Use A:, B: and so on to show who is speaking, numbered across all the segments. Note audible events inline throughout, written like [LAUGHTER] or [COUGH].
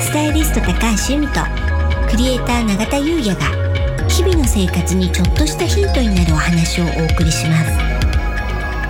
A: スタイリスト高橋由美とクリエイター永田優也が日々の生活にちょっとしたヒントになるお話をお送りします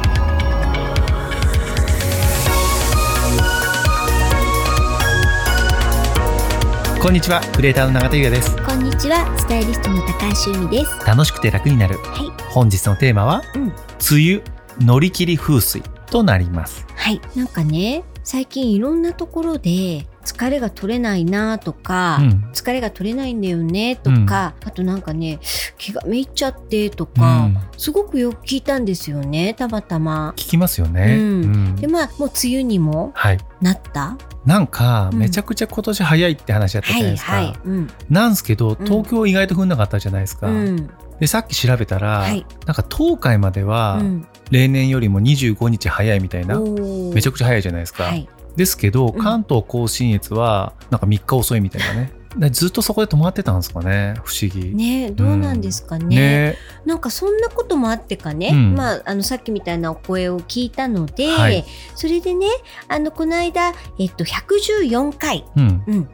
B: こんにちはクリエイターの永田優也です
A: こんにちはスタイリストの高橋由美です
B: 楽しくて楽になる
A: はい
B: 本日のテーマは
A: うん
B: 梅雨乗り切り風水となります
A: はいなんかね最近いろんなところで疲れが取れないなとか、
B: うん
A: 疲れが取れないんだよねとか、あとなんかね気がめいっちゃってと
B: うん
A: か、すごくよく聞いたんですよねたまたま
B: 聞きますよね、
A: うん
B: うん
A: でまあもう梅雨にも
B: はい
A: なった
B: なんか
A: うん
B: めちゃくちゃ今年早いって話だったじゃ
A: は
B: ない
A: い
B: ですか、
A: はいうん
B: なんですけど
A: うん
B: 東京意外と降んなかったじゃないですか、
A: うん
B: でさっき調べたら、
A: はい
B: なんか東海までは
A: うん
B: 例年よりも25日早いみたいな、めちゃ
A: く
B: くちゃ早いじゃないですか、
A: はい
B: ですけど
A: ん
B: 関東甲信越はなんか3日遅いみたいな
A: [LAUGHS]
B: ねでずっとそこで止まってたんですかね不思議
A: ねどうなんですかね,、
B: ね
A: なんかそんなこともあってかね、
B: うん
A: まあ、あのさっきみたいなお声を聞いたので、
B: はい
A: それでねあのこの間、えっと、114回
B: うん
A: うん、梅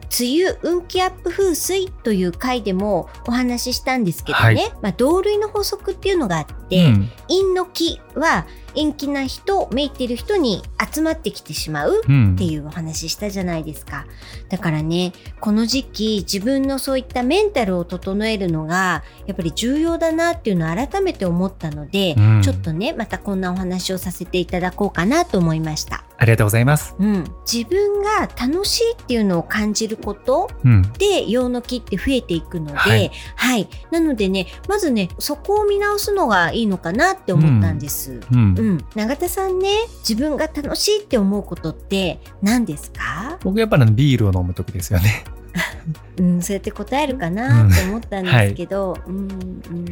A: 雨運気アップ風水という回でもお話ししたんですけどね、
B: はい
A: まあ、同類の法則っていうのがあって、
B: うん
A: 陰の気は陰気な人めいてる人に集まってきてしまう
B: うん
A: っていうお話ししたじゃないですか。だからね、この時期自分のそういったメンタルを整えるのがやっぱり重要だなっていうのを改めて思ったので、
B: うん
A: ちょっとね、またこんなお話をさせていただこうかなと思いました。
B: ありがとうございます、
A: うん、自分が楽しいっていうのを感じること
B: うん、
A: で陽の木って増えていくので、は
B: はいい、
A: なのでね、まずね、そこを見直すのがいいのかなって思ったんです。
B: うん
A: うん、永田さんね自分が楽しいって思うことって何ですか、
B: 僕やっぱりビールを飲む時ですよね [LAUGHS]
A: うん、そうやって答えるかなって思ったんですけど、うんうん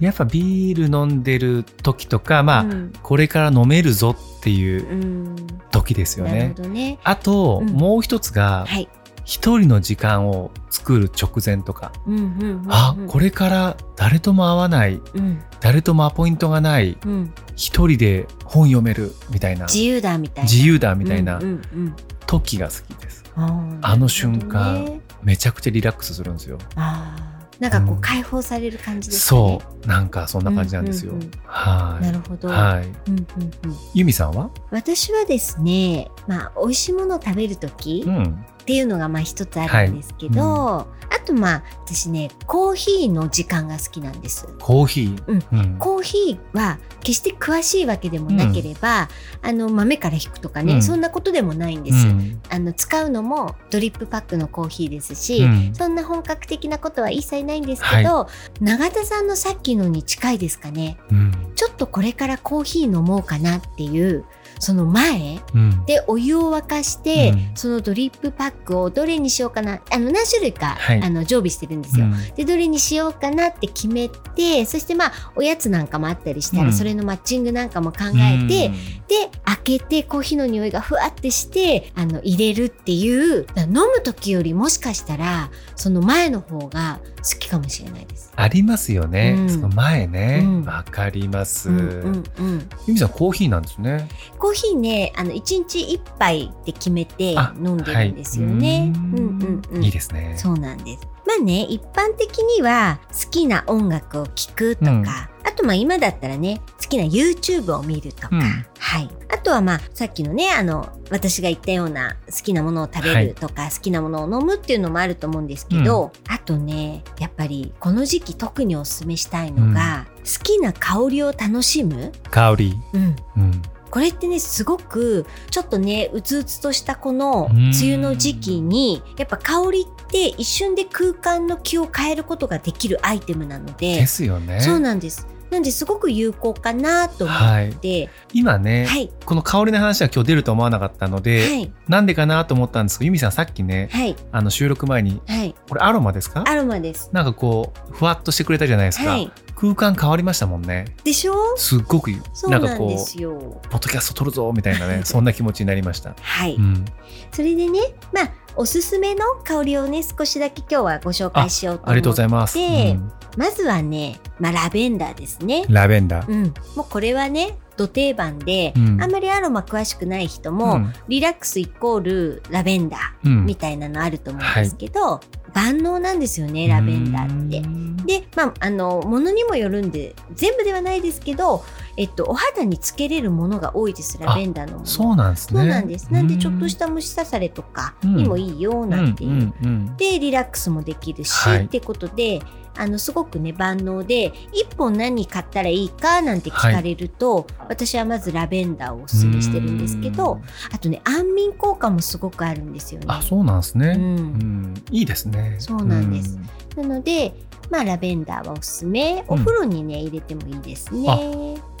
B: やっぱビール飲んでる時とかまあ、
A: うん
B: これから飲めるぞっていう
A: うん
B: 時ですよ
A: なる
B: ね
A: ほどね。
B: あと、
A: うん
B: もう一つが
A: はい、
B: 一人の時間を作る直前とか、
A: うんうんうんうん、
B: あこれから誰とも会わない
A: うん
B: 誰ともアポイントがない
A: うん、
B: 一人で本読めるみたいな
A: 自由だみたいな。
B: 自由だみたいな
A: うんうん
B: 時が好きです、
A: うん、
B: あの瞬間
A: なるほどね
B: めちゃくちゃリラックスするんですよ
A: あーなんかこう、
B: うん
A: 解放される感じですかね
B: そ。うなんかそんな感じなんですよ、
A: うんうんうん
B: は
A: ないるほど、
B: はい
A: うんうんうん。
B: ゆみさんは
A: 私はですね、まあ、美味しいものを食べるとき、
B: うん
A: っていうのがまあ一つあるんですけど、あとまあ私ねコーヒーの時間が好きなんです。
B: コーヒー
A: うん
B: うん
A: コーヒーは決して詳しいわけでもなければ、あの豆から引くとかね、
B: うん
A: そんなことでもないんで
B: う
A: す、
B: ん
A: あの使うのもドリップパックのコーヒーですし、
B: うん
A: そんな本格的なことは一切ないんですけど、永田さんのさっきのに近いですかね
B: うん
A: ちょっとこれからコーヒー飲もうかなっていうその前
B: うん
A: でお湯を沸かして、
B: うん
A: そのドリップパックをどれにしようかなあの何種類か、
B: はい
A: あの常備してるんですよ。
B: うん
A: でどれにしようかなって決めてそしてまあおやつなんかもあったりしたら、
B: うん
A: それのマッチングなんかも考えて、で開けてコーヒーの匂いがふわってしてあの入れるっていうだから飲む時よりもしかしたらその前の方が好きかもしれないです。
B: ありますよね、
A: うん
B: その前ね
A: うん
B: わ、かります、
A: うんうんうん、
B: ゆみさんコーヒーなんですね
A: コーヒーねあの1日1杯って決めて
B: あ
A: 飲んでるんですよね。
B: はい
A: うんうんうん
B: いいですね
A: そうなんです。まあね、一般的には好きな音楽を聴くとか、
B: うん
A: あとまあ今だったらね、好きな YouTube を見るとか、
B: うん
A: はい。あとはまあさっきのね、あの、私が言ったような好きなものを食べるとか、好きなものを飲むっていうのもあると思うんですけど、あとね、やっぱりこの時期特におすすめしたいのが、好きな香りを楽しむ。
B: 香り、
A: うん。
B: うん、
A: これってねすごくちょっとねうつうつとしたこの
B: うん
A: 梅雨の時期にやっぱ香りって一瞬で空間の気を変えることができるアイテムなので
B: ですよね
A: そうなんですなんですごく有効かなと思っ
B: はい
A: て
B: 今ね、
A: はい
B: この香りの話は今日出ると思わなかったので、
A: はい
B: なんでかなと思ったんですけど、ゆみさんさっきね、
A: はい
B: あの収録前に、
A: はい
B: これアロマですか
A: アロマです
B: なんかこう、ふわっとしてくれたじゃないですか。
A: はい
B: 空間変わりましたもんね。
A: でしょ
B: すっごくいい
A: そう
B: な
A: なん
B: か
A: ん
B: こ
A: で
B: う、
A: すよ
B: ポッドキャスト撮るぞみたいなね、そんな気持ちになりました。、
A: はいう
B: ん。
A: それでねまあおすすめの香りをね少しだけ今日はご紹介しようと思って
B: ありがとうございます、うん
A: まずはね、まあ、ラベンダーですね、
B: ラベンダー
A: うん、もうこれはねど定番で、
B: うん
A: あんまりアロマ詳しくない人も、リラックスイコールラベンダー
B: うんうん
A: みたいなのあると思うんですけど、万能なんですよねラベンダーって。
B: て
A: で、まあ、あの、ものにもよるんで、全部ではないですけど、えっと、お肌につけれるものが多いです、ラベンダーのもの。
B: そうなんですね
A: そうなんです。なんで、ちょっとした虫刺されとかにもいいよ、なんていう。
B: うんうんうん
A: で、リラックスもできるし、
B: はい
A: ってことで、あの、すごくね、万能で、一本何買ったらいいかなんて聞かれると、私はまずラベンダーをおすすめしてるんですけ
B: う
A: ど
B: ん、
A: あとね、安眠効果もすごくあるんですよね。
B: あそうなんですね、
A: うん
B: うんいいですね
A: そうなんです
B: ん
A: なので、まあ、ラベンダーはおすすめ。お風呂にね、入れてもいいですね。
B: あ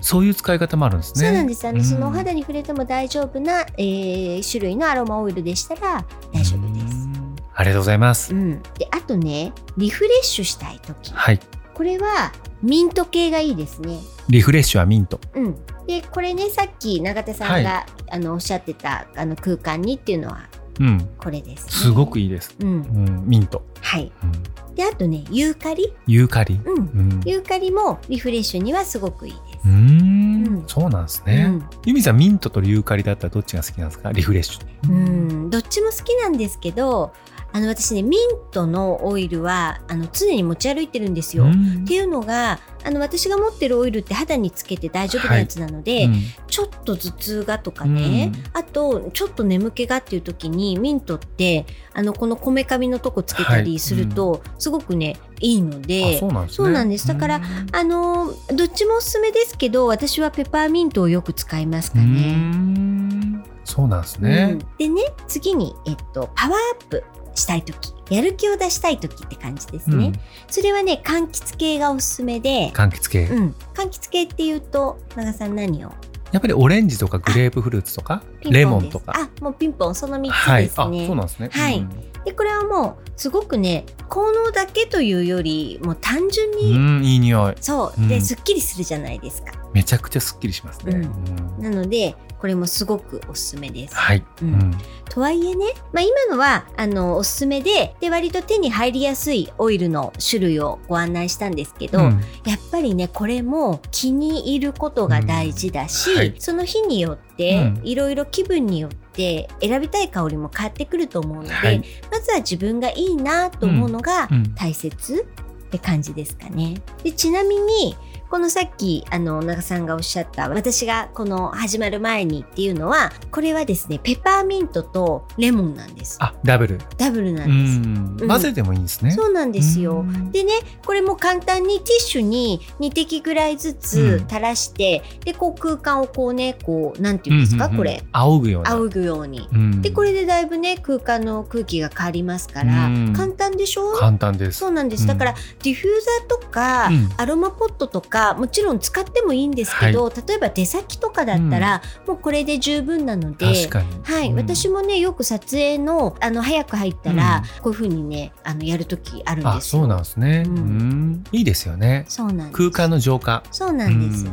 B: そういう使い方もあるんですね
A: そうなんです。あの、
B: うん
A: そのお肌に触れても大丈夫な、えー種類のアロマオイルでしたら大丈夫です。
B: うんありがとうございます、
A: うん。で、あとね、リフレッシュしたい時
B: はい
A: これはミント系がいいですね。
B: リフレッシュはミント
A: うん。で、これね、さっき永田さんが、
B: は
A: あの、おっしゃってた、あの、空間にっていうのは
B: うん
A: これです、ね。
B: すごくいいです、
A: う。
B: うんん、ミント、
A: はい。
B: うん
A: で、あとね、ユーカリ。
B: ユーカリ
A: うん。
B: うん
A: ユーカリもリフレッシュにはすごくいいです
B: う。ん
A: うん
B: そうなんですね、
A: うん
B: ユミさんミントとユーカリだったらどっちが好きなんですかリフレッシュ、
A: うん、どっちも好きなんですけどあの私ねミントのオイルはあの常に持ち歩いてるんですよ。
B: う
A: っ
B: ん
A: ていうのがあの私が持ってるオイルって肌につけて大丈夫なやつなので、
B: うん
A: ちょっと頭痛がとかね、
B: うん
A: あとちょっと眠気がっていう時にミントってあのこのこめかみのとこつけたりすると、すごくねいいの
B: あ
A: で
B: そうなんですね
A: そうなんですだから
B: うん
A: あのどっちもおすすめですけど私はペパーミントをよく使いますかね。
B: うんそうなんですね、
A: うんでね次に、えっと、パワーアップしたい時やる気を出したい時って感じですね、
B: うん
A: それはね柑橘系がおすすめで、
B: 柑橘系、
A: うん、柑橘系っていうと長さん何を
B: やっぱりオレンジとかグレープフルーツとか
A: ピンポン
B: レモン
A: です
B: とか
A: あもうピンポンその3つ
B: はい
A: で、す
B: あ、
A: ね、
B: そうなんですね。
A: はい
B: うん
A: でこれはもうすごくね効能だけというよりもう単純
B: う
A: に、
B: ん、いい匂い。
A: そうで、
B: うん
A: すっきりするじゃないですか
B: めちゃくちゃすっきりします
A: う
B: ね。うん
A: なのでこれもすごくおすすめです、
B: はい。
A: う
B: うんん
A: とはいえね、まあ、今のはあのおすすめでで割と手に入りやすいオイルの種類をご案内したんですけど、
B: うん
A: やっぱりねこれも気に入ることが大事だし、
B: うんはい
A: その日によって
B: うん
A: いろいろ気分によって選びたい香りも変わってくると思うので、
B: はい
A: まずは自分がいいなと思うのが
B: うん
A: 大切って感じですかね。でちなみにこのさっきあの長さんがおっしゃった私がこの始まる前にっていうのはこれはですねペパーミントとレモンなんです。
B: あ、ダブル。
A: ダブルな
B: うん
A: です。
B: ん
A: うん
B: 混ぜてもいいんですね。
A: そうなんですよ
B: う。ん
A: でねこれも簡単にティッシュに2滴ぐらいずつ垂らして、でこう空間をこうねこうなんていうんですか、
B: うう
A: これ
B: 仰ぐような。
A: 仰ぐように。
B: うん
A: でこれでだいぶね空間の空気が変わりますから、
B: うん
A: 簡単でしょ
B: 簡単です。
A: そうなんです。だから、
B: うん
A: ディフューザーとか、
B: うん
A: アロマポットとかもちろん使ってもいいんですけど、例えば出先とかだったら、もうこれで十分なので。
B: 確かに。
A: はい、
B: うん
A: 私もねよく撮影のあの早く入ったら、こういう風にねあのやる時あるん
B: あ、
A: ですよ。
B: そうなんですね。
A: う
B: うんんいいですよね。
A: そうなんです
B: 空間の浄化。
A: そうなんです、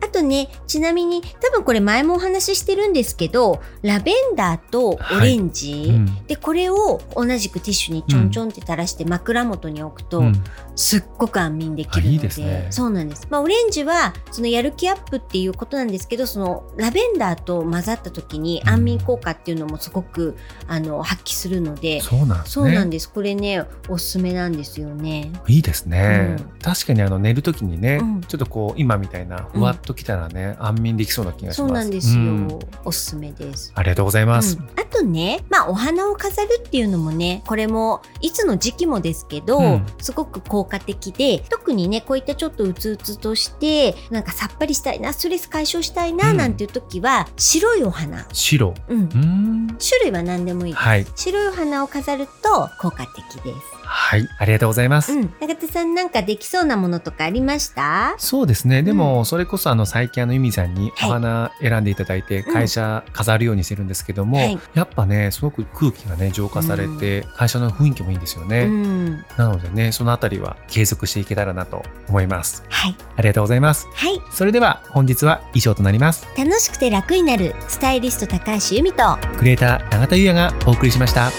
A: あとねちなみに多分これ前もお話ししてるんですけどラベンダーとオレンジ、
B: うんうん
A: でこれを同じくティッシュにちょんちょんって垂らして枕元に置くと、
B: うん
A: すっごく安眠できるの
B: あ
A: で
B: いいですね
A: そうなんです、まあ、オレンジはそのやる気アップっていうことなんですけどそのラベンダーと混ざった時に
B: うん
A: 安眠効果っていうのもすごくあの発揮するので、
B: そうなんです
A: そう
B: ね
A: な。んですこれねおすすめなんですよね。
B: いいですね、
A: うん
B: 確かにあの寝るときにね、
A: うん
B: ちょっとこう今みたいなふわっときたらね、安眠できそうな気がし
A: そ
B: ます
A: うなんですよ、
B: うん
A: おすすめです。
B: ありがとうございます、
A: うんあとね、まあ、お花を飾るっていうのもねこれもいつの時期もですけど、
B: うん
A: すごく効果的で特にねこういったちょっとうつうつとしてなんかさっぱりしたいなストレス解消したいな
B: うん
A: なんていう時は、白いお花、
B: 白
A: うん
B: うー、ん
A: 種類は何でもいいです、
B: はい
A: 白いお花を飾ると効果的で
B: はいありがとうございます
A: す、、うん、中田さんなんかできそうなものとかありました
B: そうですねでもそれこそあの最近あのゆみさんに
A: は
B: お
A: い
B: 花選んでいただいて
A: うん
B: 会社飾るようにしてるんですけども、
A: はい
B: やっぱねすごく空気がね浄化されて会社の雰囲気もいいんですよね、
A: うん、
B: なのでねそのあたりは継続していけたらなと思います
A: はい、
B: ありがとうございます
A: はい、
B: それでは本日は以上となります
A: 楽しくて楽になるスタイリスト高橋由美と
B: クリエイター永田優也がお送りしました。